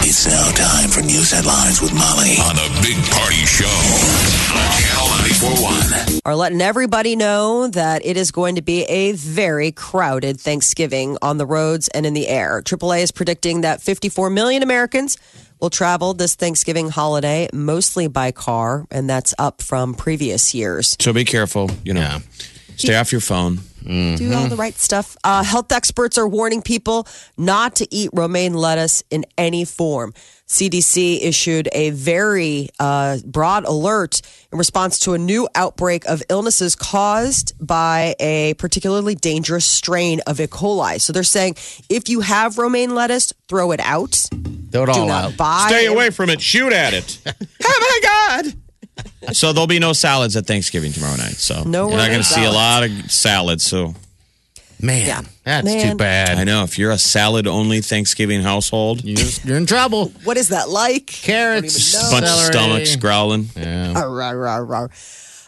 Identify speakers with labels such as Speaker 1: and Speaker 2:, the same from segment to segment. Speaker 1: It's now time for news headlines with Molly on the Big Party Show on Channel 941.
Speaker 2: are letting everybody know that it is going to be a very crowded Thanksgiving on the roads and in the air. AAA is predicting that 54 million Americans will travel this Thanksgiving holiday mostly by car, and that's up from previous years.
Speaker 3: So be careful, you know. Stay off your phone.
Speaker 2: Do all the
Speaker 3: Mm-hmm.
Speaker 2: right stuff. Uh, health experts are warning people not to eat romaine lettuce in any form. CDC issued a very uh, broad alert in response to a new outbreak of illnesses caused by a particularly dangerous strain of E. coli. So they're saying if you have romaine lettuce, throw it out.
Speaker 4: Throw it
Speaker 2: Do
Speaker 4: all
Speaker 2: not
Speaker 4: out.
Speaker 2: buy.
Speaker 3: Oh, Stay
Speaker 2: it.
Speaker 3: away from it. Shoot at it. oh my God. So there'll be no salads at Thanksgiving tomorrow night. So
Speaker 2: No
Speaker 3: you're
Speaker 2: romaine
Speaker 3: not going to see a
Speaker 2: salads.
Speaker 3: lot of salads. So
Speaker 4: Man,
Speaker 2: Yeah.
Speaker 4: that's
Speaker 2: Man.
Speaker 4: too bad.
Speaker 3: I know if you're a salad only Thanksgiving household,
Speaker 4: You're, you're in trouble.
Speaker 2: What is that like?
Speaker 4: Carrots,
Speaker 3: a bunch of
Speaker 4: celery.
Speaker 3: stomachs growling.
Speaker 2: Arr, arr, arr, arr.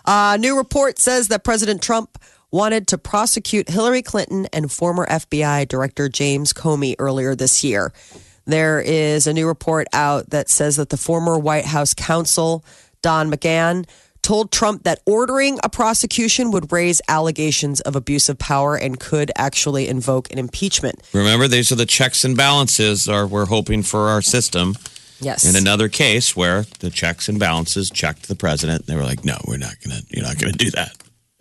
Speaker 2: Uh, new report says that President Trump wanted to prosecute Hillary Clinton and former FBI Director James Comey earlier this year. There is a new report out that says that the former White House counsel, Don McGahn, told Trump that ordering a prosecution would raise allegations of abuse of power and could actually invoke an impeachment.
Speaker 3: Remember, these are the checks and balances are we're hoping for our system.
Speaker 2: Yes.
Speaker 3: In another case where the checks and balances checked the president, they were like, "No, we're not gonna. You're not gonna do that."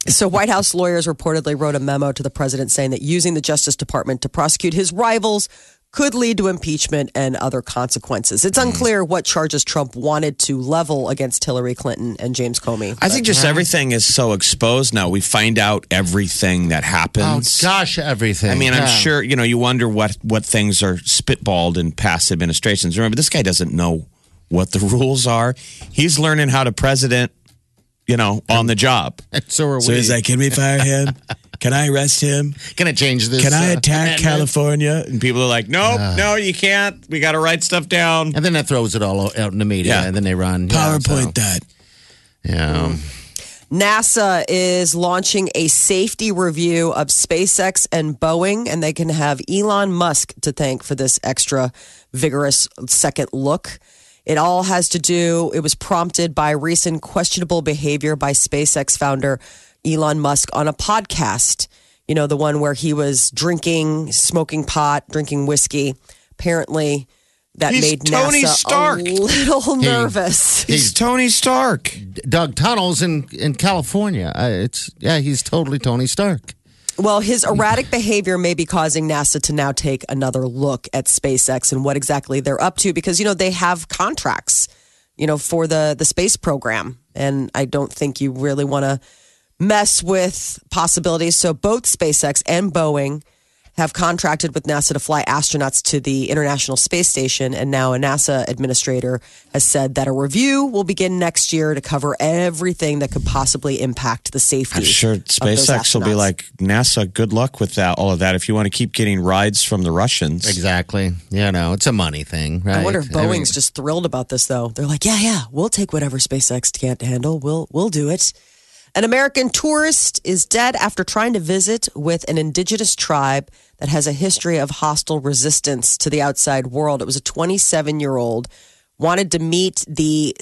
Speaker 2: So, White House lawyers reportedly wrote a memo to the president saying that using the Justice Department to prosecute his rivals could lead to impeachment and other consequences. It's unclear what charges Trump wanted to level against Hillary Clinton and James Comey.
Speaker 3: I think just everything is so exposed now. We find out everything that
Speaker 4: Oh
Speaker 3: happens.
Speaker 4: gosh, everything.
Speaker 3: I mean, I'm
Speaker 4: Yeah.
Speaker 3: sure you know. You wonder what what things are spitballed in past administrations. Remember, this guy doesn't know what the rules are. He's learning how to president, you know, on the job.
Speaker 4: So are
Speaker 3: So
Speaker 4: we.
Speaker 3: he's like, "Can we fire him? Can I arrest him?
Speaker 4: Can I change this?
Speaker 3: Can I
Speaker 4: uh,
Speaker 3: attack
Speaker 4: amendment?
Speaker 3: California?" And people are like, "Nope, no, you can't. We got to write stuff down."
Speaker 4: And then that throws it all out in the media,
Speaker 3: Yeah.
Speaker 4: and then they run
Speaker 3: PowerPoint that.
Speaker 4: Yeah, so-
Speaker 2: NASA is launching a safety review of SpaceX and Boeing, and they can have Elon Musk to thank for this extra vigorous second look. It all has to do, it was prompted by recent questionable behavior by SpaceX founder Elon Musk on a podcast. You know, the one where he was drinking, smoking pot, drinking whiskey. Apparently, that
Speaker 3: He's
Speaker 2: made
Speaker 3: Tony
Speaker 2: NASA
Speaker 3: Stark.
Speaker 2: a little nervous.
Speaker 3: He's Tony Stark.
Speaker 4: yeah. Dug tunnels in in California. I, it's yeah, he's totally Tony Stark.
Speaker 2: Well, his erratic behavior may be causing NASA to now take another look at SpaceX and what exactly they're up to because you know they have contracts, you know, for the the space program and I don't think you really want to mess with possibilities. So both SpaceX and Boeing have contracted with NASA to fly astronauts to the International Space Station and now a NASA administrator has said that a review will begin next year to cover everything that could possibly impact the safety.
Speaker 3: I'm sure
Speaker 2: of those
Speaker 3: SpaceX will be
Speaker 2: astronauts.
Speaker 3: like NASA. Good luck with that, all of that. If you want to keep getting rides from the Russians,
Speaker 4: Exactly. You know, it's a money thing, right?
Speaker 2: I wonder if
Speaker 4: I mean,
Speaker 2: Boeing's just thrilled about this, though. They're like, yeah, yeah, we'll take whatever SpaceX can't handle. We'll we'll do it. An American tourist is dead after trying to visit with an indigenous tribe that has a history of hostile resistance to the outside world. It was a 27 year old wanted to meet the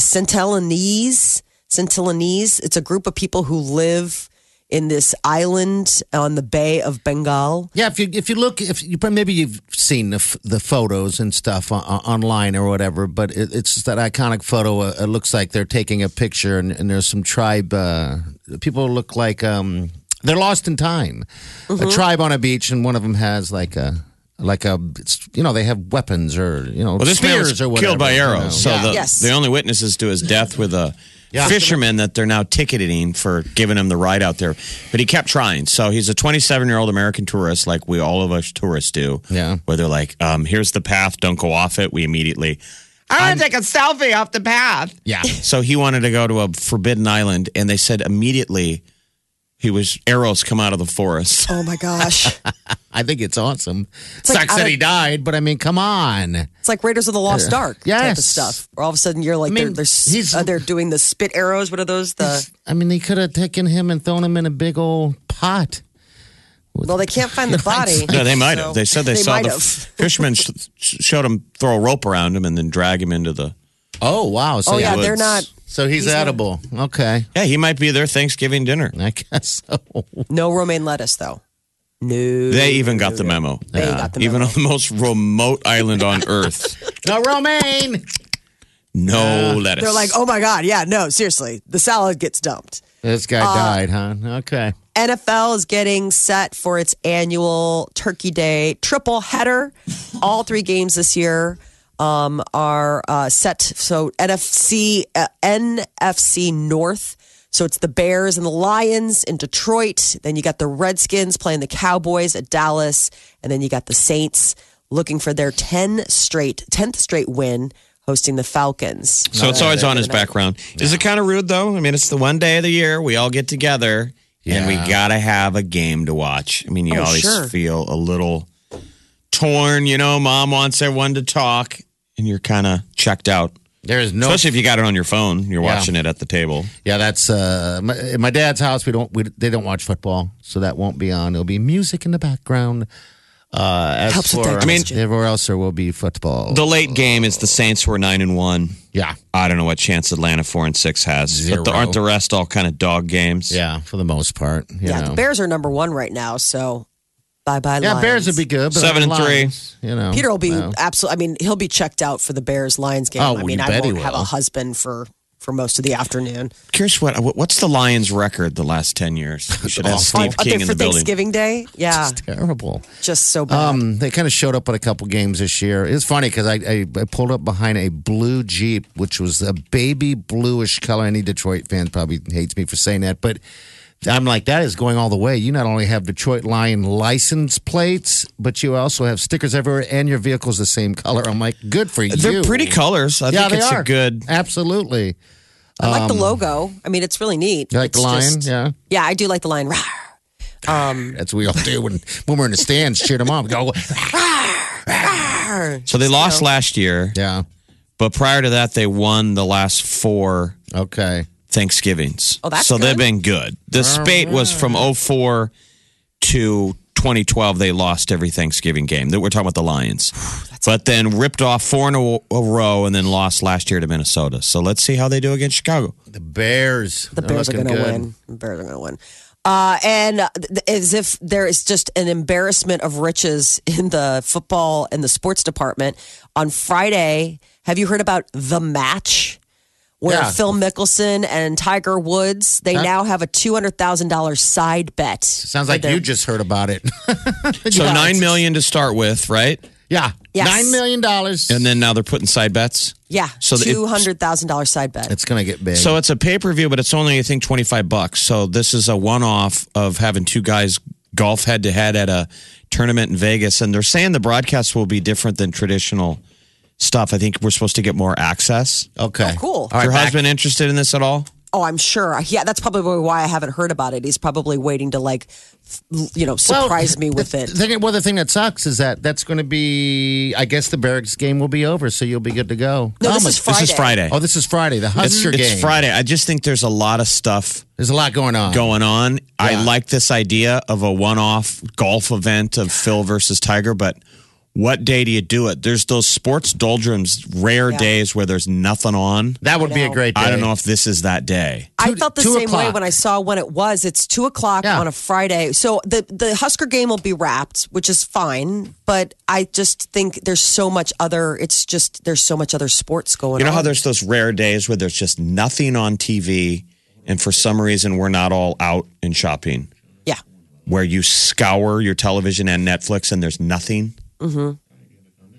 Speaker 2: Centelanese. Centelanese. It's a group of people who live in this island on the Bay of Bengal.
Speaker 4: Yeah, if you if you look, if you maybe you've seen the, f- the photos and stuff on, online or whatever, but it, it's just that iconic photo. Uh, it looks like they're taking a picture, and, and there's some tribe uh, people look like um, they're lost in time.
Speaker 2: Mm-hmm.
Speaker 4: A tribe on a beach, and one of them has like a like a it's, you know they have weapons or you know
Speaker 3: Well, this man was
Speaker 4: spears or whatever,
Speaker 3: killed by
Speaker 4: you
Speaker 3: arrows.
Speaker 4: know.
Speaker 3: So
Speaker 4: Yeah.
Speaker 3: the,
Speaker 2: Yes.
Speaker 3: the only witnesses to his death were the
Speaker 4: Yeah.
Speaker 3: fishermen that they're now ticketing for giving him the ride out there. But he kept trying. So he's a 27 year old American tourist, like we all of us tourists do.
Speaker 4: Yeah.
Speaker 3: Where they're like, um, here's the path, don't go off it. We immediately. I want to take a selfie off the path.
Speaker 4: Yeah.
Speaker 3: So he wanted to go to a forbidden island, and they said immediately he was arrows come out of the forest.
Speaker 2: Oh my gosh.
Speaker 4: I think it's awesome.
Speaker 2: like
Speaker 4: Sucks
Speaker 2: out
Speaker 4: that
Speaker 2: of-
Speaker 4: he died, but I mean, come on.
Speaker 2: It's like Raiders of the Lost Ark type of
Speaker 4: Yes.
Speaker 2: stuff. Where all of a sudden you're like,
Speaker 4: I mean,
Speaker 2: they're,
Speaker 4: he's-
Speaker 2: they're, uh, they're doing the spit arrows. What are those? The
Speaker 4: I mean, they could have taken him and thrown him in a big old pot.
Speaker 2: Well, they can't find the body.
Speaker 3: No, they might have.
Speaker 2: So-
Speaker 3: They said they, saw
Speaker 2: might
Speaker 3: the
Speaker 2: have.
Speaker 3: fishermen sh- sh- showed him throw a rope around him and then drag him into the.
Speaker 4: Oh wow! So
Speaker 2: Oh, yeah, they're
Speaker 3: woods.
Speaker 2: not.
Speaker 4: So he's, edible. Okay,
Speaker 3: Yeah, he might be their Thanksgiving dinner.
Speaker 4: I guess so.
Speaker 2: No romaine lettuce, though. No.
Speaker 3: They even got the memo.
Speaker 2: They got the
Speaker 3: Even
Speaker 2: memo.
Speaker 3: on the most remote island on earth,
Speaker 4: No romaine.
Speaker 3: no lettuce.
Speaker 2: They're like, oh my God. Yeah, no, seriously. The salad gets dumped.
Speaker 4: This guy
Speaker 2: Uh,
Speaker 4: died, huh? Okay.
Speaker 2: NFL is getting set for its annual Turkey Day triple header. All three games this year um, are uh, set. So NFC, uh, NFC North. So it's the Bears and the Lions in Detroit. Then you got the Redskins playing the Cowboys at Dallas, and then you got the Saints looking for their ten straight, tenth straight win, hosting the Falcons.
Speaker 3: So it's always on his background. Is it kind of rude though? I mean, it's the one day of the year we all get together and we gotta have a game to watch. I mean, you
Speaker 2: Oh,
Speaker 3: always
Speaker 2: sure.
Speaker 3: feel a little torn. You know, mom wants everyone to talk, and you're kind of checked out.
Speaker 4: There is no.
Speaker 3: Especially if you got it on your phone, you're
Speaker 4: Yeah.
Speaker 3: watching it at the table.
Speaker 4: yeah, that's uh, my, in my dad's house. We don't. We, they don't watch football, so that won't be on. There'll be music in the background. Uh, as
Speaker 2: Helps
Speaker 4: for
Speaker 2: with
Speaker 4: I mean,
Speaker 2: digestion.
Speaker 4: everywhere else there will be football.
Speaker 3: The late game is the Saints who are nine and one.
Speaker 4: yeah,
Speaker 3: I don't know what chance Atlanta four and six has, but the,
Speaker 4: Zero.
Speaker 3: aren't the rest all kind of dog games?
Speaker 4: yeah, for the most part. You
Speaker 2: Yeah,
Speaker 4: know.
Speaker 2: the Bears are number one right now. So bye bye.
Speaker 4: yeah, Bears would be good. But
Speaker 3: Seven and three.
Speaker 4: three. You know,
Speaker 2: Peter will be
Speaker 4: Um,
Speaker 2: uh,
Speaker 4: well,
Speaker 2: absolutely. I mean, he'll be checked out for the Bears Lions game.
Speaker 4: Oh,
Speaker 2: I
Speaker 4: well,
Speaker 2: mean,
Speaker 4: you
Speaker 2: I
Speaker 4: bet he
Speaker 2: won't have a
Speaker 4: will.
Speaker 2: husband for for most of the afternoon.
Speaker 3: Curious what what- what's the Lions' record the last ten years? We should have
Speaker 4: awful.
Speaker 3: Steve
Speaker 2: Up
Speaker 3: King
Speaker 2: there
Speaker 3: in
Speaker 2: for
Speaker 3: the building.
Speaker 2: Thanksgiving Day. Yeah,
Speaker 4: it's terrible.
Speaker 2: just so bad.
Speaker 4: Um, they kind of showed up at a couple games this year. It's funny because I, I I pulled up behind a blue Jeep, which was a baby bluish color. Any Detroit fan probably hates me for saying that, but I'm like, that is going all the way. You not only have Detroit Lion license plates, but you also have stickers everywhere, and your vehicle's the same color. I'm like, good for you.
Speaker 3: They're pretty colors. I
Speaker 4: yeah,
Speaker 3: think
Speaker 4: they
Speaker 3: it's
Speaker 4: are
Speaker 3: a good.
Speaker 4: Absolutely.
Speaker 2: I like the logo. I mean, it's really neat.
Speaker 4: um, You like
Speaker 2: It's
Speaker 4: the lion?
Speaker 2: just-
Speaker 4: yeah.
Speaker 2: yeah, I do like the lion. Rawr.
Speaker 4: That's what we all do when, when we're in the stands, cheer them on. We go,
Speaker 3: So they lost last year,
Speaker 4: yeah.
Speaker 3: but prior to that, they won the last four
Speaker 4: Okay.
Speaker 3: Thanksgivings.
Speaker 2: Oh, that's
Speaker 3: so they've
Speaker 2: good.
Speaker 3: been good.
Speaker 4: Oh,
Speaker 3: The spate was from 04 to 2012. They lost every Thanksgiving game. That we're talking about the Lions, but then ripped off four in a, a row and then lost last year to Minnesota. So let's see how they do against Chicago.
Speaker 4: The Bears.
Speaker 2: The Bears are going to win. The Bears are going to win. Uh, and uh, th- as if there is just an embarrassment of riches in the football and the sports department. On Friday, have you heard about the match? Where
Speaker 4: Yeah.
Speaker 2: Phil Mickelson and Tiger Woods, they
Speaker 4: That-
Speaker 2: now have a two hundred thousand dollars side bet.
Speaker 4: Sounds like you just heard about it.
Speaker 3: So nine million to start with, right?
Speaker 4: yeah.
Speaker 2: Yes.
Speaker 4: Nine million dollars.
Speaker 3: And then now they're putting side bets.
Speaker 2: yeah,
Speaker 3: So it-
Speaker 2: two hundred thousand dollars side bet.
Speaker 4: it's gonna get big.
Speaker 3: So it's a pay per view, but it's only I think twenty five bucks. So this is a one off of having two guys golf head to head at a tournament in Vegas, and they're saying the broadcast will be different than traditional stuff. I think we're supposed to get more access.
Speaker 4: okay.
Speaker 2: Oh, cool.
Speaker 4: All
Speaker 3: Is
Speaker 4: right,
Speaker 3: Your
Speaker 4: back-
Speaker 3: husband interested in this at all?
Speaker 2: Oh, I'm sure. Yeah, that's probably why I haven't heard about it. He's probably waiting to like, f- you know, surprise me with
Speaker 4: the
Speaker 2: it.
Speaker 4: Thing, well, the thing that sucks is that that's going to be. I guess the Barracks game will be over, so you'll be good to go.
Speaker 2: No,
Speaker 4: oh,
Speaker 2: this
Speaker 4: my-
Speaker 2: is Friday.
Speaker 3: This is Friday.
Speaker 4: oh, this is Friday. The
Speaker 3: it's,
Speaker 4: Husker
Speaker 3: it's
Speaker 4: game.
Speaker 3: Friday. I just think there's a lot of stuff
Speaker 4: There's a lot going on.
Speaker 3: going on. I like this idea of a one off golf event of Phil versus Tiger, but what day do you do it? There's those sports doldrums, rare
Speaker 2: Yeah.
Speaker 3: days where there's nothing on.
Speaker 4: That would be a great. Day.
Speaker 3: I don't know if this is that day.
Speaker 2: I
Speaker 4: Two-
Speaker 2: felt the
Speaker 4: two
Speaker 2: same way
Speaker 4: o'clock.
Speaker 2: when I saw when it was. It's two o'clock
Speaker 4: Yeah.
Speaker 2: on a Friday, so the the Husker game will be wrapped, which is fine. But I just think there's so much other. It's just there's so much other sports going.
Speaker 3: You know
Speaker 2: on.
Speaker 3: how there's those rare days where there's just nothing on TV, and for some reason we're not all out and shopping,
Speaker 2: yeah.
Speaker 3: where you scour your television and Netflix and there's nothing?
Speaker 2: Mm-hmm.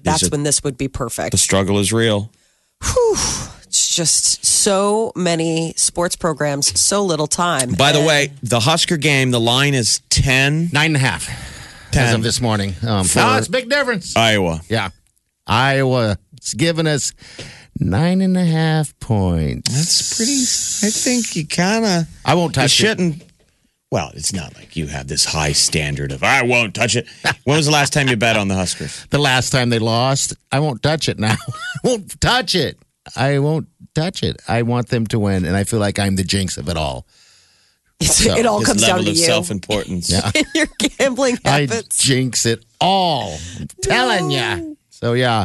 Speaker 2: That's
Speaker 3: it-
Speaker 2: when this would be perfect.
Speaker 3: The struggle is real.
Speaker 2: It's just so many sports programs, so little time.
Speaker 3: By the way, the Husker game, the line is 10
Speaker 4: Nine and a half. As of this morning. Um,
Speaker 3: Four.
Speaker 4: oh, it's a big difference.
Speaker 3: Iowa.
Speaker 4: yeah. Iowa. It's giving us nine and a half points.
Speaker 3: That's pretty. I think you kind of.
Speaker 4: I won't
Speaker 3: You
Speaker 4: touch it.
Speaker 3: shouldn't. Well, it's not like you have this high standard of I won't touch it. When was the last time you bet on the Huskers?
Speaker 4: The last time they lost, I won't touch it now. I won't touch it. I won't touch it. I want them to win, and I feel like I'm the jinx of it all.
Speaker 2: It's, it all
Speaker 3: His
Speaker 2: comes down
Speaker 3: level
Speaker 2: to
Speaker 3: of
Speaker 2: you.
Speaker 3: self-importance.
Speaker 2: Your gambling
Speaker 4: I
Speaker 2: habits.
Speaker 4: jinx it all. I'm telling you. So yeah,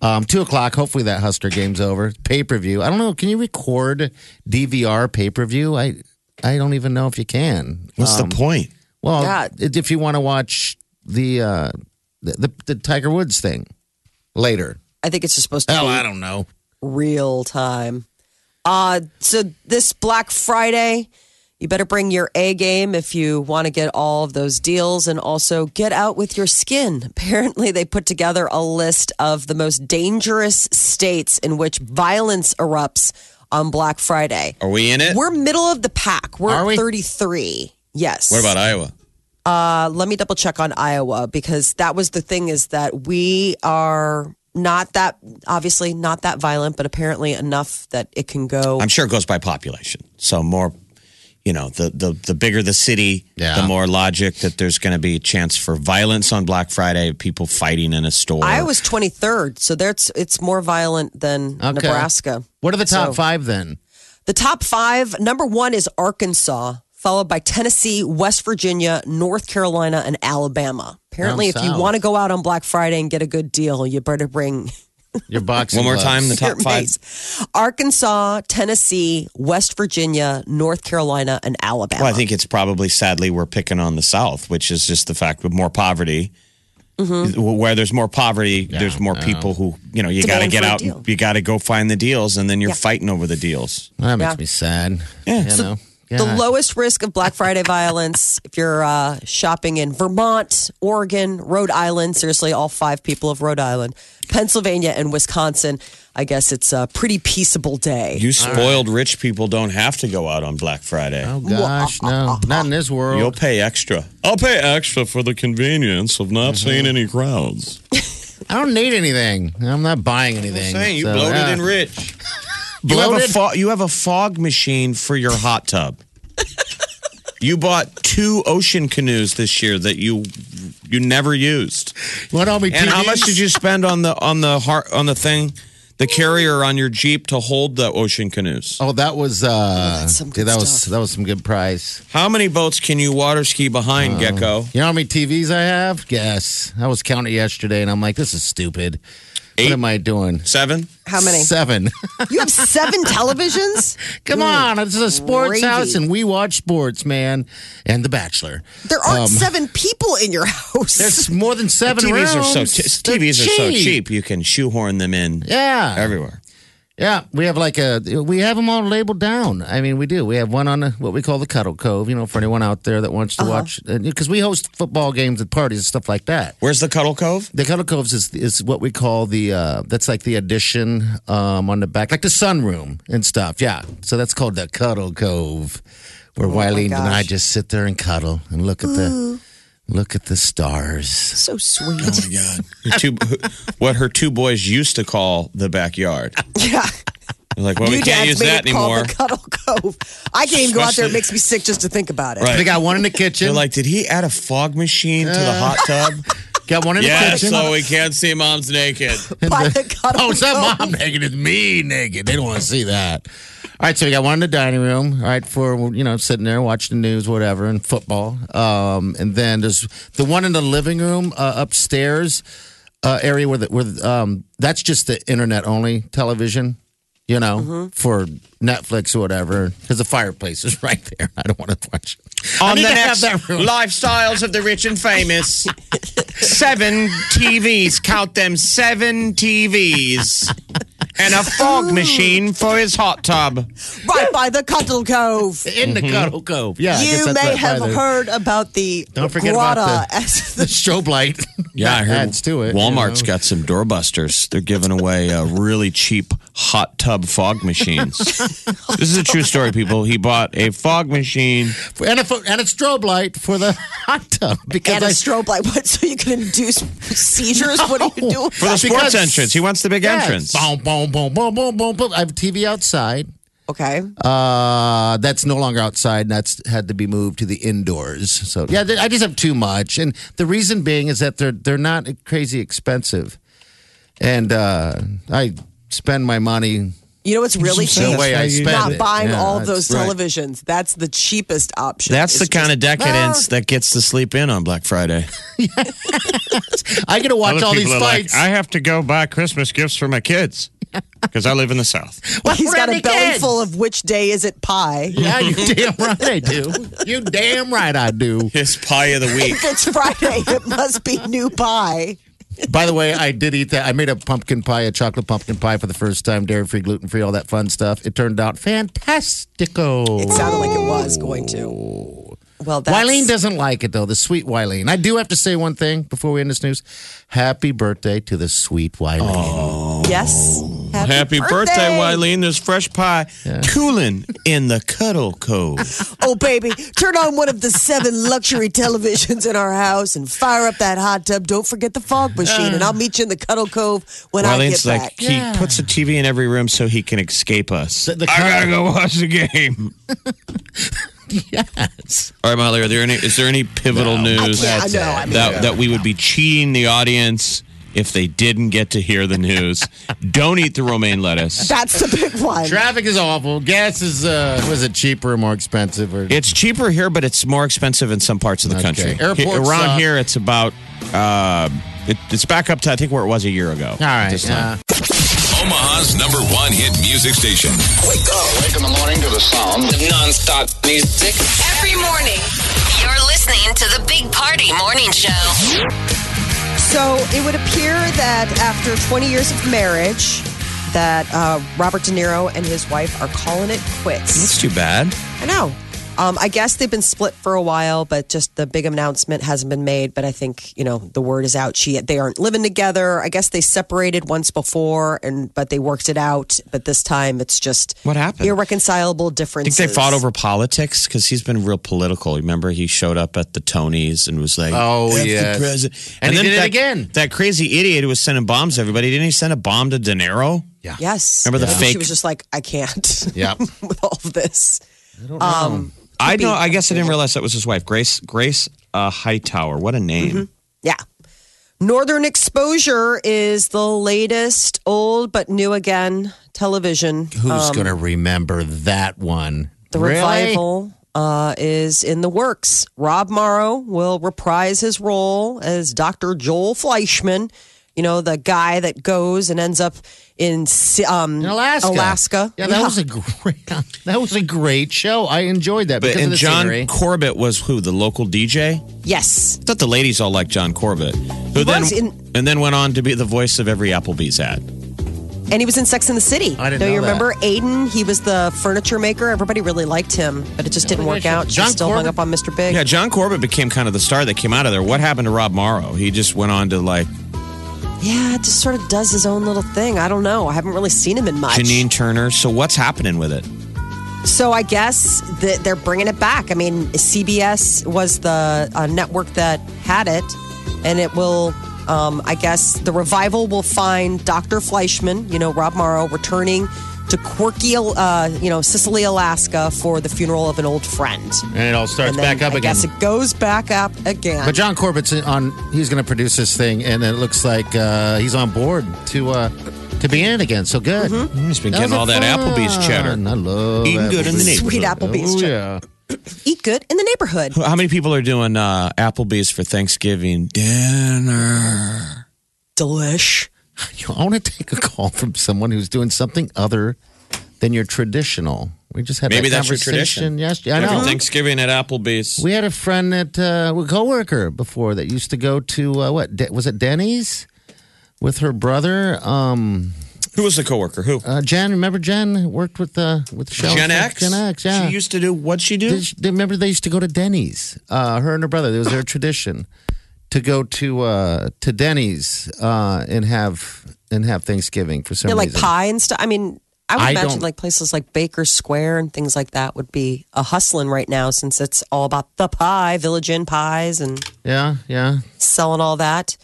Speaker 4: um, two o'clock. Hopefully that Husker game's over. Pay per view. I don't know. Can you record DVR pay per view? I I don't even know if you can.
Speaker 3: What's
Speaker 2: Um,
Speaker 3: the point?
Speaker 4: Well,
Speaker 2: Yeah.
Speaker 4: it- if you want to watch the, uh, the the the Tiger Woods thing later.
Speaker 2: I think it's just supposed to
Speaker 4: Hell,
Speaker 2: be
Speaker 4: I don't know.
Speaker 2: real time. Uh, so this Black Friday, you better bring your A game if you want to get all of those deals and also get out with your skin. Apparently, they put together a list of the most dangerous states in which violence erupts on Black Friday.
Speaker 3: Are we in it?
Speaker 2: We're middle of the pack. We're
Speaker 4: Are
Speaker 2: at
Speaker 4: we?
Speaker 2: 33. Yes.
Speaker 3: what about Iowa?
Speaker 2: Uh, let me double check on Iowa because that was the thing is that we are not that obviously not that violent, but apparently enough that it can go.
Speaker 3: I'm sure it goes by population. So more, you know, the the, the bigger the city,
Speaker 4: Yeah.
Speaker 3: the more logic that there's going to be a chance for violence on Black Friday, people fighting in a store.
Speaker 2: Iowa's 23rd, so that's it's more violent than
Speaker 4: Okay.
Speaker 2: Nebraska.
Speaker 4: What are the top
Speaker 2: So-
Speaker 4: five then?
Speaker 2: The top five number one is Arkansas, followed by Tennessee, West Virginia, North Carolina, and Alabama. Apparently, if
Speaker 4: Down
Speaker 2: you
Speaker 4: south.
Speaker 2: want to go out on Black Friday and get a good deal, you better bring
Speaker 4: Your boxing.
Speaker 3: One more time,
Speaker 4: gloves.
Speaker 3: the top
Speaker 2: your
Speaker 3: five.
Speaker 2: mace. Arkansas, Tennessee, West Virginia, North Carolina, and Alabama.
Speaker 3: Well, I think it's probably sadly we're picking on the South, which is just the fact with more poverty. Where there's more poverty, there's more people who you know you got to
Speaker 2: Demand
Speaker 3: get
Speaker 2: for Mm-hmm. a deal.
Speaker 3: out, you got to go find the deals, and then you're
Speaker 2: Yeah.
Speaker 3: fighting over the deals.
Speaker 4: That makes
Speaker 2: Yeah.
Speaker 4: me sad. You
Speaker 3: So
Speaker 4: know?
Speaker 2: the
Speaker 4: Yeah.
Speaker 2: lowest risk of Black Friday violence if you're uh, shopping in Vermont, Oregon, Rhode Island. Seriously, all five people of Rhode Island, Pennsylvania, and Wisconsin. I guess it's a pretty peaceable day.
Speaker 3: You spoiled rich people don't have to go out on Black Friday.
Speaker 4: Oh gosh, no, not in this world.
Speaker 3: You'll pay extra. Mm-hmm. I'll pay extra for the convenience of not seeing any crowds.
Speaker 4: I don't need anything. I'm not buying anything.
Speaker 3: Saying you
Speaker 4: So,
Speaker 3: bloated
Speaker 4: yeah.
Speaker 3: and rich. You have, a
Speaker 4: Bloated?
Speaker 3: fo- you have a fog machine for your hot tub. you bought two ocean canoes this year that you you never used.
Speaker 4: You want all me
Speaker 3: And how
Speaker 4: TVs?
Speaker 3: much did you spend on the on the heart on the thing, the carrier on your jeep to hold the ocean canoes?
Speaker 4: Oh, that was uh,
Speaker 2: that's some
Speaker 4: dude,
Speaker 2: good
Speaker 4: that was
Speaker 2: stuff.
Speaker 4: that was some good price.
Speaker 3: How many boats can you water ski behind,
Speaker 4: Uh,
Speaker 3: Gecko?
Speaker 4: You know how many TVs I have? Yes, I was counting yesterday, and I'm like, this is stupid. What
Speaker 3: Eight?
Speaker 4: am I doing?
Speaker 3: Seven.
Speaker 2: How many?
Speaker 4: Seven.
Speaker 2: You have seven televisions?
Speaker 4: Come on, it's a sports
Speaker 2: gravy.
Speaker 4: house, and we watch sports, man, and The Bachelor.
Speaker 2: There aren't
Speaker 3: Um,
Speaker 2: seven people in your house.
Speaker 4: There's more than seven
Speaker 3: TVs are so
Speaker 4: rooms.
Speaker 3: t-
Speaker 4: They're
Speaker 3: TVs are so cheap. You can shoehorn them in
Speaker 4: Yeah,
Speaker 3: everywhere.
Speaker 4: Yeah, we have like a we have them all labeled down. I mean, we do. We have one on uh what we call the Cuddle Cove. You know, for anyone out there that wants to watch, because we host football games and parties and stuff like that.
Speaker 3: Where's the Cuddle Cove?
Speaker 4: The Cuddle Coves is is what we call the uh, that's like the addition um, on the back, like the sunroom and stuff. Yeah, so that's called the Cuddle Cove, where Wileen and I just sit there and cuddle and look at the look at the stars.
Speaker 2: so sweet.
Speaker 3: God. Her two, what her two boys used to call the backyard.
Speaker 2: Yeah.
Speaker 3: They're like, well, we
Speaker 2: you
Speaker 3: can't use
Speaker 2: dads made
Speaker 3: that
Speaker 2: it called
Speaker 3: anymore.
Speaker 2: the Cuddle Cove. I can't even go out there. It makes me sick just to think about it.
Speaker 3: Right.
Speaker 4: They got one in the
Speaker 3: They're
Speaker 4: kitchen.
Speaker 3: like, did he add a fog machine to the hot tub?
Speaker 4: got one in the
Speaker 3: yeah,
Speaker 4: kitchen.
Speaker 3: so we can't see mom's naked.
Speaker 2: By the Cuddle
Speaker 4: Oh, it's not
Speaker 2: Cove.
Speaker 4: mom naked. It's me naked. They don't want to see that. All right, so we got one in the dining room. All right, for you know, sitting there watching the news, whatever, and football. Um, and then there's the one in the living room uh, upstairs uh, area where the, where um, that's just the internet only television. You know,
Speaker 2: Mm-hmm.
Speaker 4: for Netflix or whatever, because the fireplace is right there. I don't want to watch it. I
Speaker 3: On the
Speaker 4: need to have
Speaker 3: next
Speaker 4: that room.
Speaker 3: lifestyles of the rich and famous, seven TVs. Count them seven TVs. And a fog machine for his hot tub.
Speaker 2: Right by the Cuddle Cove.
Speaker 4: in
Speaker 3: Mm-hmm.
Speaker 4: the cuddle cove. Yeah, I guess
Speaker 2: you
Speaker 4: that's
Speaker 2: may
Speaker 4: right by
Speaker 2: have
Speaker 4: the-
Speaker 2: heard about the
Speaker 4: Don't forget
Speaker 2: grotto
Speaker 4: about the-
Speaker 2: as
Speaker 4: the
Speaker 2: the
Speaker 4: strobe light.
Speaker 3: Yeah, I heard
Speaker 4: adds to it. you
Speaker 3: Walmart's
Speaker 4: know?
Speaker 3: got some doorbusters. They're giving away uh, really cheap hot tub fog machines. this is a true story, people. He bought a fog machine.
Speaker 4: and a, fo- and a strobe light for the hot tub because
Speaker 2: And a
Speaker 4: I-
Speaker 2: strobe light. What? So you can induce seizures? What are you doing?
Speaker 3: For the sports
Speaker 4: Because-
Speaker 3: entrance. He wants the big
Speaker 4: Yes.
Speaker 3: entrance.
Speaker 4: Boom, boom, boom, boom, boom, boom, boom. I have a TV outside.
Speaker 2: Okay.
Speaker 4: Uh, that's no longer outside. and That's had to be moved to the indoors. So yeah, th- I just have too much, and the reason being is that they're they're not crazy expensive, and uh, I spend my money
Speaker 2: You know what's really
Speaker 4: the
Speaker 2: cheap?
Speaker 4: way I spend
Speaker 2: Not
Speaker 4: it.
Speaker 2: buying
Speaker 4: Yeah,
Speaker 2: all
Speaker 4: that's
Speaker 2: those
Speaker 4: right.
Speaker 2: televisions. That's the cheapest option.
Speaker 3: That's the
Speaker 2: It's
Speaker 3: kind of
Speaker 2: just-
Speaker 3: decadence that gets to sleep in on Black Friday.
Speaker 4: I get to watch all these fights.
Speaker 3: have to go buy Christmas gifts for my kids because I live in the South.
Speaker 2: "Ah,
Speaker 4: Well,
Speaker 2: He's
Speaker 4: we're
Speaker 2: got
Speaker 4: on
Speaker 2: a
Speaker 4: the
Speaker 2: belly
Speaker 4: kids.
Speaker 2: full of which day is it pie.
Speaker 4: Yeah, you damn right I do. You damn right I do.
Speaker 3: His pie of the week.
Speaker 2: If it's Friday, it must be new pie.
Speaker 4: By the way, I did eat that. I made a pumpkin pie, a chocolate pumpkin pie for the first time, dairy free, gluten free, all that fun stuff. It turned out fantastico.
Speaker 2: It sounded like it was going to. Well, that's
Speaker 4: Wileen doesn't like it though, the sweet Wileen. I do have to say one thing before we end this news. Happy birthday to the sweet Wileen.
Speaker 2: yes.
Speaker 3: Happy birthday, Wileen. There's fresh pie cooling in the cuddle cove.
Speaker 2: Oh, baby, turn on one of the seven luxury televisions in our house and fire up that hot tub. Don't forget the fog machine, and I'll meet you in the Cuddle Cove when
Speaker 3: Wileen's
Speaker 2: I get
Speaker 3: Uh. like,
Speaker 2: back.
Speaker 3: he puts a TV in every room so he can escape us.
Speaker 4: The- the
Speaker 3: I gotta go watch the game.
Speaker 4: Yes.
Speaker 3: All right, Molly, are there any, is there any pivotal news
Speaker 2: I can't- I know, I mean-
Speaker 3: that, that we would be cheating the audience if they didn't get to hear the news? Don't eat the romaine lettuce.
Speaker 2: That's the big one.
Speaker 4: Traffic is awful. Gas is uh was it cheaper or more expensive or
Speaker 3: It's cheaper here, but it's more expensive in some parts of the
Speaker 4: Okay.
Speaker 3: country.
Speaker 4: Airports
Speaker 3: Here- around
Speaker 4: suck.
Speaker 3: here, it's about uh, it, it's back up to I think where it was a year ago.
Speaker 4: all right.
Speaker 3: this time.
Speaker 4: uh,
Speaker 1: Omaha's number one hit music station.
Speaker 5: Wake up.
Speaker 6: Wake in the morning to the sound.
Speaker 5: Non-stop music.
Speaker 7: Every morning, you're listening to the Big Party Morning Show.
Speaker 2: So it would appear that after 20 years of marriage, that uh, Robert De Niro and his wife are calling it quits.
Speaker 3: That's too bad.
Speaker 2: I know. Um, I guess they've been split for a while, but just the big announcement hasn't been made. But I think you know the word is out. She they aren't living together. I guess they separated once before, and but they worked it out. But this time it's just
Speaker 3: What happened?
Speaker 2: Irreconcilable
Speaker 3: I think
Speaker 2: differences.
Speaker 3: they fought over politics because he's been real political. Remember, he showed up at the Tonys and was like,
Speaker 4: Oh,
Speaker 3: "F the
Speaker 4: yes.
Speaker 3: president."
Speaker 4: And he
Speaker 3: then
Speaker 4: did it
Speaker 3: that,
Speaker 4: again.
Speaker 3: That crazy idiot who was sending bombs to everybody. Didn't he send a bomb to De Niro?
Speaker 4: yeah.
Speaker 2: Yes.
Speaker 3: Remember the
Speaker 2: I think She
Speaker 3: fake-
Speaker 2: was just like, I can't.
Speaker 4: Yep.
Speaker 2: with all of this. Um,
Speaker 3: I know. I guess I didn't realize that was his wife, Grace Grace uh, Hightower. What a name!
Speaker 4: Mm-hmm.
Speaker 2: Yeah. Northern Exposure is the latest old but new again television.
Speaker 4: Who's gonna remember that one?
Speaker 2: The
Speaker 4: Really?
Speaker 2: revival uh, is in the works. Rob Morrow will reprise his role as Dr. Joel Fleischman, you know, the guy that goes and ends up in Si- um,
Speaker 4: In Alaska.
Speaker 2: Alaska.
Speaker 4: Yeah, that was a great that was a great show. I enjoyed that
Speaker 3: But
Speaker 4: because of
Speaker 3: and
Speaker 4: the
Speaker 3: John
Speaker 4: scenery.
Speaker 3: Corbett was who the local DJ.
Speaker 2: Yes.
Speaker 3: I thought the ladies all liked John Corbett, who
Speaker 2: He
Speaker 3: then
Speaker 2: was in-
Speaker 3: and then went on to be the voice of every Applebee's ad.
Speaker 2: And he was in Sex in the City.
Speaker 4: I didn't
Speaker 2: Don't you
Speaker 4: know that.
Speaker 2: remember Aiden? He was the furniture maker. Everybody really liked him, but it just didn't work out. She's
Speaker 4: John
Speaker 2: still hung up
Speaker 4: Corbett-
Speaker 2: on Mr. Big.
Speaker 3: Yeah, John Corbett became kind of the star that came out of there. What happened to Rob Morrow? He just went on to like
Speaker 2: Yeah, it just sort of does his own little thing. I don't know. I haven't really seen him in much.
Speaker 3: Janine Turner. So what's happening with it?
Speaker 2: So I guess that they're bringing it back. I mean, CBS was the uh, network that had it, and it will. Um, I guess the revival will find Dr. Fleischman, you know, Rob Morrow, returning to quirky, uh, you know, Sicily, Alaska for the funeral of an old friend.
Speaker 4: and it all starts
Speaker 2: And then
Speaker 4: back up
Speaker 2: I
Speaker 4: again.
Speaker 2: guess it goes back up again.
Speaker 4: But John Corbett's on. He's going to produce this thing, and it looks like uh, he's on board to uh, to be in it again. So good.
Speaker 2: Mm-hmm.
Speaker 4: Mm-hmm.
Speaker 3: He's been getting all that Applebee's cheddar.
Speaker 4: I love
Speaker 3: Eating good in the
Speaker 4: Applebee's.
Speaker 2: Sweet Applebee's
Speaker 4: Oh,
Speaker 2: cheddar.
Speaker 4: yeah.
Speaker 2: Eat good in the neighborhood.
Speaker 3: How many people are doing uh, Applebee's for Thanksgiving dinner?
Speaker 2: Delish.
Speaker 4: You want to take a call from someone who's doing something other than your traditional. We just had
Speaker 3: Maybe
Speaker 4: that
Speaker 3: that's your
Speaker 4: conversation
Speaker 3: tradition.
Speaker 4: yesterday. I know.
Speaker 3: Every Thanksgiving at Applebee's.
Speaker 4: We had a friend that uh, a coworker before that used to go to uh, what De- was it Denny's with her brother. Um,
Speaker 3: Who was the coworker? Who?
Speaker 4: uh, Jen, remember Jen worked with uh, with Shell
Speaker 3: Gen X.
Speaker 4: Gen X, yeah.
Speaker 3: She used to do what she do.
Speaker 4: Did you- remember they used to go to Denny's. Uh, her and her brother. It was their tradition. to go to uh, to Denny's uh, and have and have Thanksgiving for some
Speaker 2: Yeah, like
Speaker 4: reason.
Speaker 2: pie and stuff. I mean, I would
Speaker 4: I
Speaker 2: imagine
Speaker 4: don't-
Speaker 2: like places like Baker Square and things like that would be a hustling right now since it's all about the pie, Village Inn pies, and
Speaker 4: Yeah, yeah.
Speaker 2: selling all that.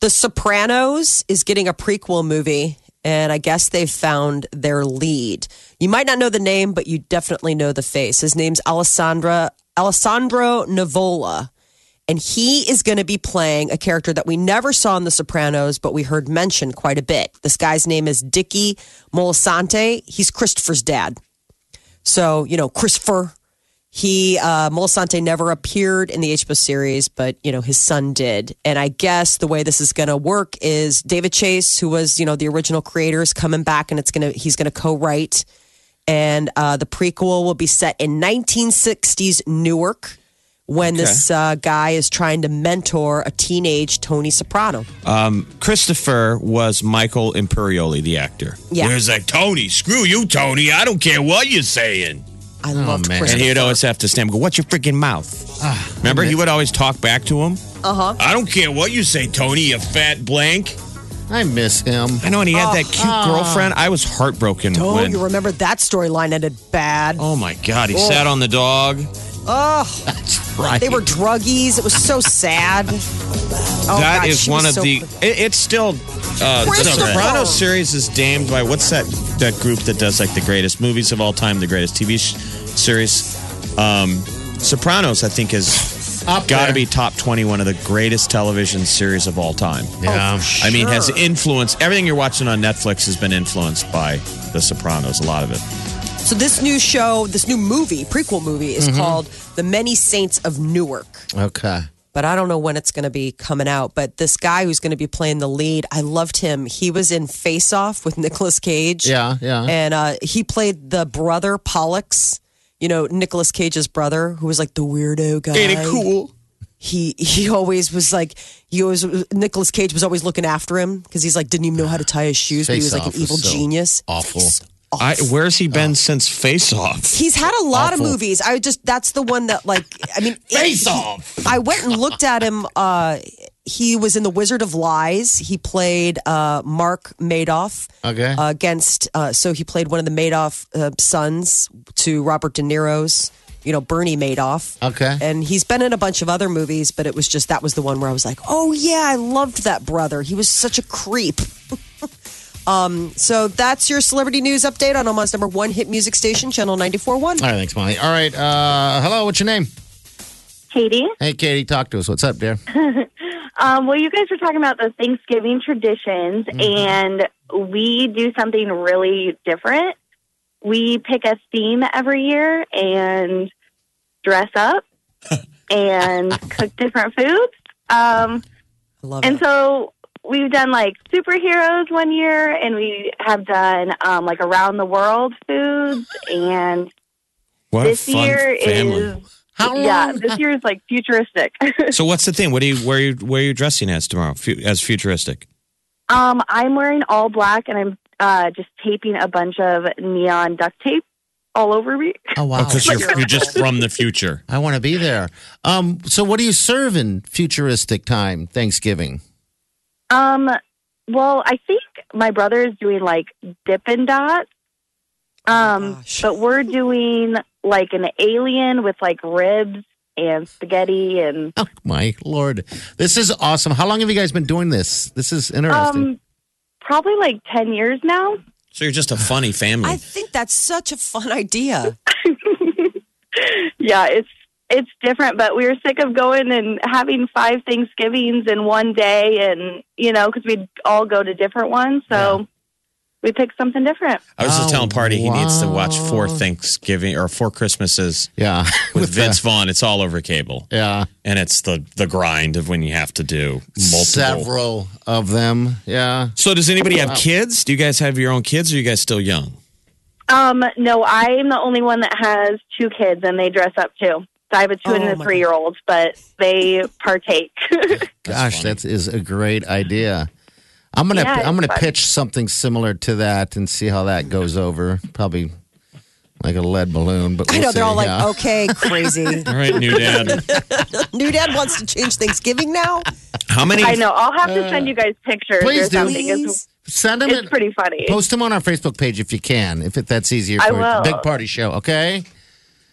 Speaker 2: The Sopranos is getting a prequel movie, and I guess they've found their lead. You might not know the name, but you definitely know the face. His name's Alessandra Alessandro Nivola. And he is going to be playing a character that we never saw in The Sopranos, but we heard mentioned quite a bit. This guy's name is Dicky Molisante. He's Christopher's dad. So, you know, Christopher, he, uh, Molisante never appeared in the HBO series, but, you know, his son did. And I guess the way this is going to work is David Chase, who was, you know, the original creator, is coming back and it's going to, he's going to co write. And uh, the prequel will be set in 1960s Newark when this uh, guy is trying to mentor a teenage Tony Soprano.
Speaker 3: Christopher was Michael Imperioli, the actor.
Speaker 2: Yeah.
Speaker 3: Where's that Tony? Screw you, Tony. I don't care what you're saying.
Speaker 2: I love
Speaker 4: man.
Speaker 3: Oh, And
Speaker 2: Christopher.
Speaker 3: he would always have to stand and go, What's your freaking mouth?
Speaker 2: Ah.
Speaker 3: Remember, he would always talk back to him. Uh huh. I don't care what you say, Tony, you fat blank.
Speaker 4: I miss him.
Speaker 3: I know, and he had that cute girlfriend. I was heartbroken
Speaker 2: Oh,
Speaker 3: when.
Speaker 2: you remember that storyline ended bad.
Speaker 3: Oh my God, he sat on the dog.
Speaker 4: Right.
Speaker 2: They were druggies. It was so sad. Oh,
Speaker 3: That
Speaker 2: God,
Speaker 3: is
Speaker 2: she
Speaker 3: one
Speaker 2: was
Speaker 3: of
Speaker 2: so
Speaker 3: the. It, it's still. Uh, the
Speaker 2: Christopher.
Speaker 3: Sopranos series is damned by what's that that group that does like the greatest movies of all time, the greatest TV sh- series. Um, Sopranos, I think, is
Speaker 4: Up
Speaker 3: got to
Speaker 4: there.
Speaker 3: be top twenty one of the greatest television series of all time.
Speaker 2: Oh,
Speaker 4: Yeah.
Speaker 3: I mean, has
Speaker 2: sure.
Speaker 3: influenced everything you're watching on Netflix has been influenced by The Sopranos. A lot of it.
Speaker 2: So this new show, this new movie, prequel movie, is
Speaker 3: Mm-hmm.
Speaker 2: called The Many Saints of Newark.
Speaker 4: Okay.
Speaker 2: But I don't know when it's going to be coming out. But this guy who's going to be playing the lead, I loved him. He was in Face Off with Nicolas Cage.
Speaker 4: Yeah, yeah.
Speaker 3: uh-huh.
Speaker 2: And uh, he played the brother Pollux. You know, Nicolas Cage's brother, who was like the weirdo guy. he he always was like he always Nicolas Cage was always looking after him because he's like didn't even know how to tie his shoes, but he was
Speaker 4: Face
Speaker 2: like an
Speaker 4: Off is
Speaker 2: evil
Speaker 4: so
Speaker 2: genius.
Speaker 4: awful.
Speaker 2: Face Off.
Speaker 3: I, where's he
Speaker 4: Oh.
Speaker 3: been since Face Off?
Speaker 2: He's had a lot of
Speaker 4: Awful.
Speaker 2: movies. I just that's the one that like I mean Face Off. I went and looked at him. Uh, he was in The Wizard of Lies. He played uh, Mark Madoff
Speaker 4: Okay.
Speaker 2: against. Uh, so he played one of the Madoff uh, sons to Robert De Niro's. You know Bernie Madoff.
Speaker 4: Okay.
Speaker 2: And he's been in a bunch of other movies, but it was just that was the one where I was like, oh yeah, I loved that brother. He was such a creep. um. So that's your celebrity news update on Omaha's number one hit music station, Channel 94.1.
Speaker 4: All right, thanks, Molly. All right. Uh, hello, what's your name?
Speaker 6: Katie.
Speaker 4: Hey, Katie, talk to us. What's up, dear?
Speaker 6: Um, well, you guys were talking about the Thanksgiving traditions,
Speaker 3: Mm-hmm.
Speaker 6: and we do something really different. We pick a theme every year and dress up and cook different foods. Um,
Speaker 2: I love
Speaker 6: and
Speaker 2: it.
Speaker 6: so we've done like superheroes one year, and we have done um, like around the world foods. And
Speaker 3: What
Speaker 6: this
Speaker 3: a fun
Speaker 6: year
Speaker 3: family.
Speaker 6: is yeah, this year is like futuristic.
Speaker 3: So what's the thing? What do you where you where are you dressing as tomorrow? Fu- As futuristic?
Speaker 6: Um, I'm wearing all black and I'm uh, just taping a bunch of neon duct tape all over me.
Speaker 4: Oh, wow.
Speaker 3: Because you're, you're just from the future.
Speaker 4: I want to be there. Um, so, what do you serve in futuristic time, Thanksgiving?
Speaker 6: Um, well, I think my brother is doing like Dippin' Dots. Um,
Speaker 2: gosh.
Speaker 6: but we're doing like an alien with like ribs and spaghetti and
Speaker 4: Oh, my Lord. This is awesome. How long have you guys been doing this? This is interesting.
Speaker 6: um, probably like ten years now.
Speaker 3: So you're just a funny family.
Speaker 2: I think that's such a fun idea.
Speaker 6: yeah, it's it's different, but we were sick of going and having five Thanksgivings in one day, and you know, because we'd all go to different ones, so we picked something different.
Speaker 3: I was just
Speaker 4: Oh,
Speaker 3: telling Party he needs to watch
Speaker 4: wow.
Speaker 3: four Thanksgiving or four Christmases
Speaker 4: yeah.
Speaker 3: with,
Speaker 4: the-
Speaker 3: Vince Vaughn. It's all over cable,
Speaker 4: yeah.
Speaker 3: and it's the the grind of when you have to do multiple.
Speaker 4: Several of them. Yeah.
Speaker 3: So does anybody have kids? Do you guys have your own kids? Or are you guys still young?
Speaker 6: Um, no, I'm the only one that has two kids, and they dress up too. So I have a two
Speaker 2: Oh,
Speaker 6: and
Speaker 2: my
Speaker 6: a three year old, but they partake.
Speaker 4: Gosh, that is a great idea. I'm gonna
Speaker 6: Yeah,
Speaker 4: I'm gonna
Speaker 6: it's fun.
Speaker 4: pitch something similar to that and see how that goes over. Probably like a lead balloon. But
Speaker 2: I
Speaker 4: we'll
Speaker 2: know they're
Speaker 4: see.
Speaker 2: all like, "Oh,
Speaker 4: Yeah.
Speaker 2: okay, crazy.
Speaker 3: All right, new dad.
Speaker 2: New dad wants to change Thanksgiving now.
Speaker 3: How many?
Speaker 8: I know. I'll have to send you guys pictures
Speaker 4: Uh, please
Speaker 8: or
Speaker 4: do.
Speaker 8: something. It's,
Speaker 2: Please.
Speaker 4: Send them.
Speaker 8: it's pretty funny.
Speaker 4: Post them on our Facebook page if you can, if it, that's easier
Speaker 8: I
Speaker 4: for you.
Speaker 8: will.
Speaker 4: Big party show, okay?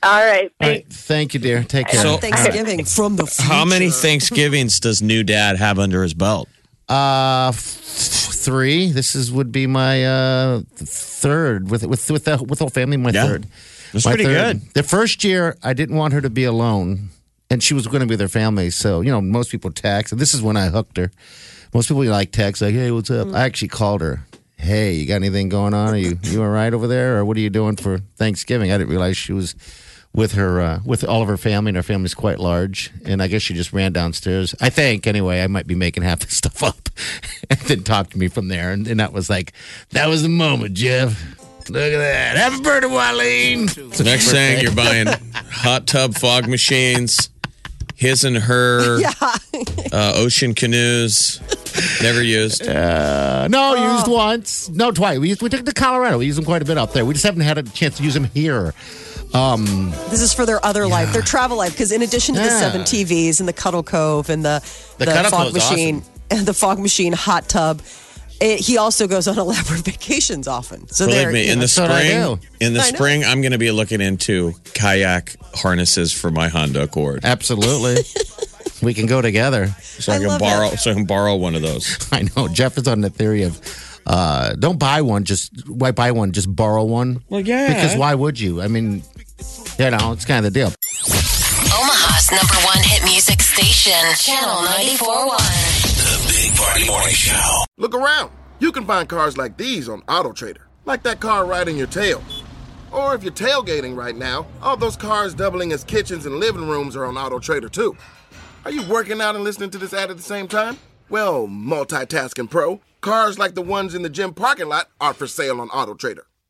Speaker 8: All right.
Speaker 4: All
Speaker 8: Thanks.
Speaker 4: right. Thank you, dear. Take care.
Speaker 3: So-
Speaker 2: Thanksgiving from the future.
Speaker 3: How many Thanksgivings does new dad have under his belt?
Speaker 4: Uh, f- three. This is would be my uh th- third with with with the with the whole family. My
Speaker 3: Yeah.
Speaker 4: third.
Speaker 3: That's
Speaker 4: my
Speaker 3: pretty
Speaker 4: third.
Speaker 3: good.
Speaker 4: The first year, I didn't want her to be alone, and she was going to be with her family. So you know, most people text. And this is when I hooked her. Most people like text like, "Hey, what's up?" I actually called her. Hey, you got anything going on? Are you you all right over there, or what are you doing for Thanksgiving? I didn't realize she was with her uh, with all of her family, and her family's quite large. And I guess she just ran downstairs. I think anyway. I might be making half this stuff up, and then talked to me from there. And, and that was like, that was the moment, Jeff. Look at that. Happy birthday, Wileen.
Speaker 3: The next thing you're buying hot tub fog machines, his and her, uh, ocean canoes, never used.
Speaker 4: No, used once. No, twice. We, used, we took it to Colorado. We used them quite a bit out there. We just haven't had a chance to use them here.
Speaker 2: This is for their other life, their travel life. Because in addition to the
Speaker 4: Yeah.
Speaker 2: seven TVs and the Cuddle Cove and the
Speaker 4: The Cuddle
Speaker 2: fog
Speaker 4: Cove's
Speaker 2: machine, and the fog machine hot tub, it, he also goes on elaborate vacations often. So
Speaker 3: Believe
Speaker 2: there,
Speaker 3: me,
Speaker 2: you
Speaker 3: in
Speaker 2: know,
Speaker 3: the
Speaker 4: that's what I
Speaker 3: spring,
Speaker 4: do.
Speaker 3: in the
Speaker 2: I know.
Speaker 3: spring, I'm going to be looking into kayak harnesses for my Honda Accord,
Speaker 4: Absolutely. we can go together.
Speaker 3: so I,
Speaker 2: I
Speaker 3: can
Speaker 2: love
Speaker 3: borrow, so I can borrow one of those.
Speaker 4: I know. Jeff is on the theory of uh, don't buy one, just why buy one, just borrow one. Well,
Speaker 3: yeah.
Speaker 4: Because why would you? I mean, you know, it's kind of the deal.
Speaker 7: Omaha's number one hit music station, Channel 94.1.
Speaker 1: The Big Party Morning Show.
Speaker 6: Look around. You can find cars like these on AutoTrader, like that car riding your tail. Or if you're tailgating right now, all those cars doubling as kitchens and living rooms are on AutoTrader too. Are you working out and listening to this ad at the same time? Well, multitasking pro, cars like the ones in the gym parking lot are for sale on AutoTrader.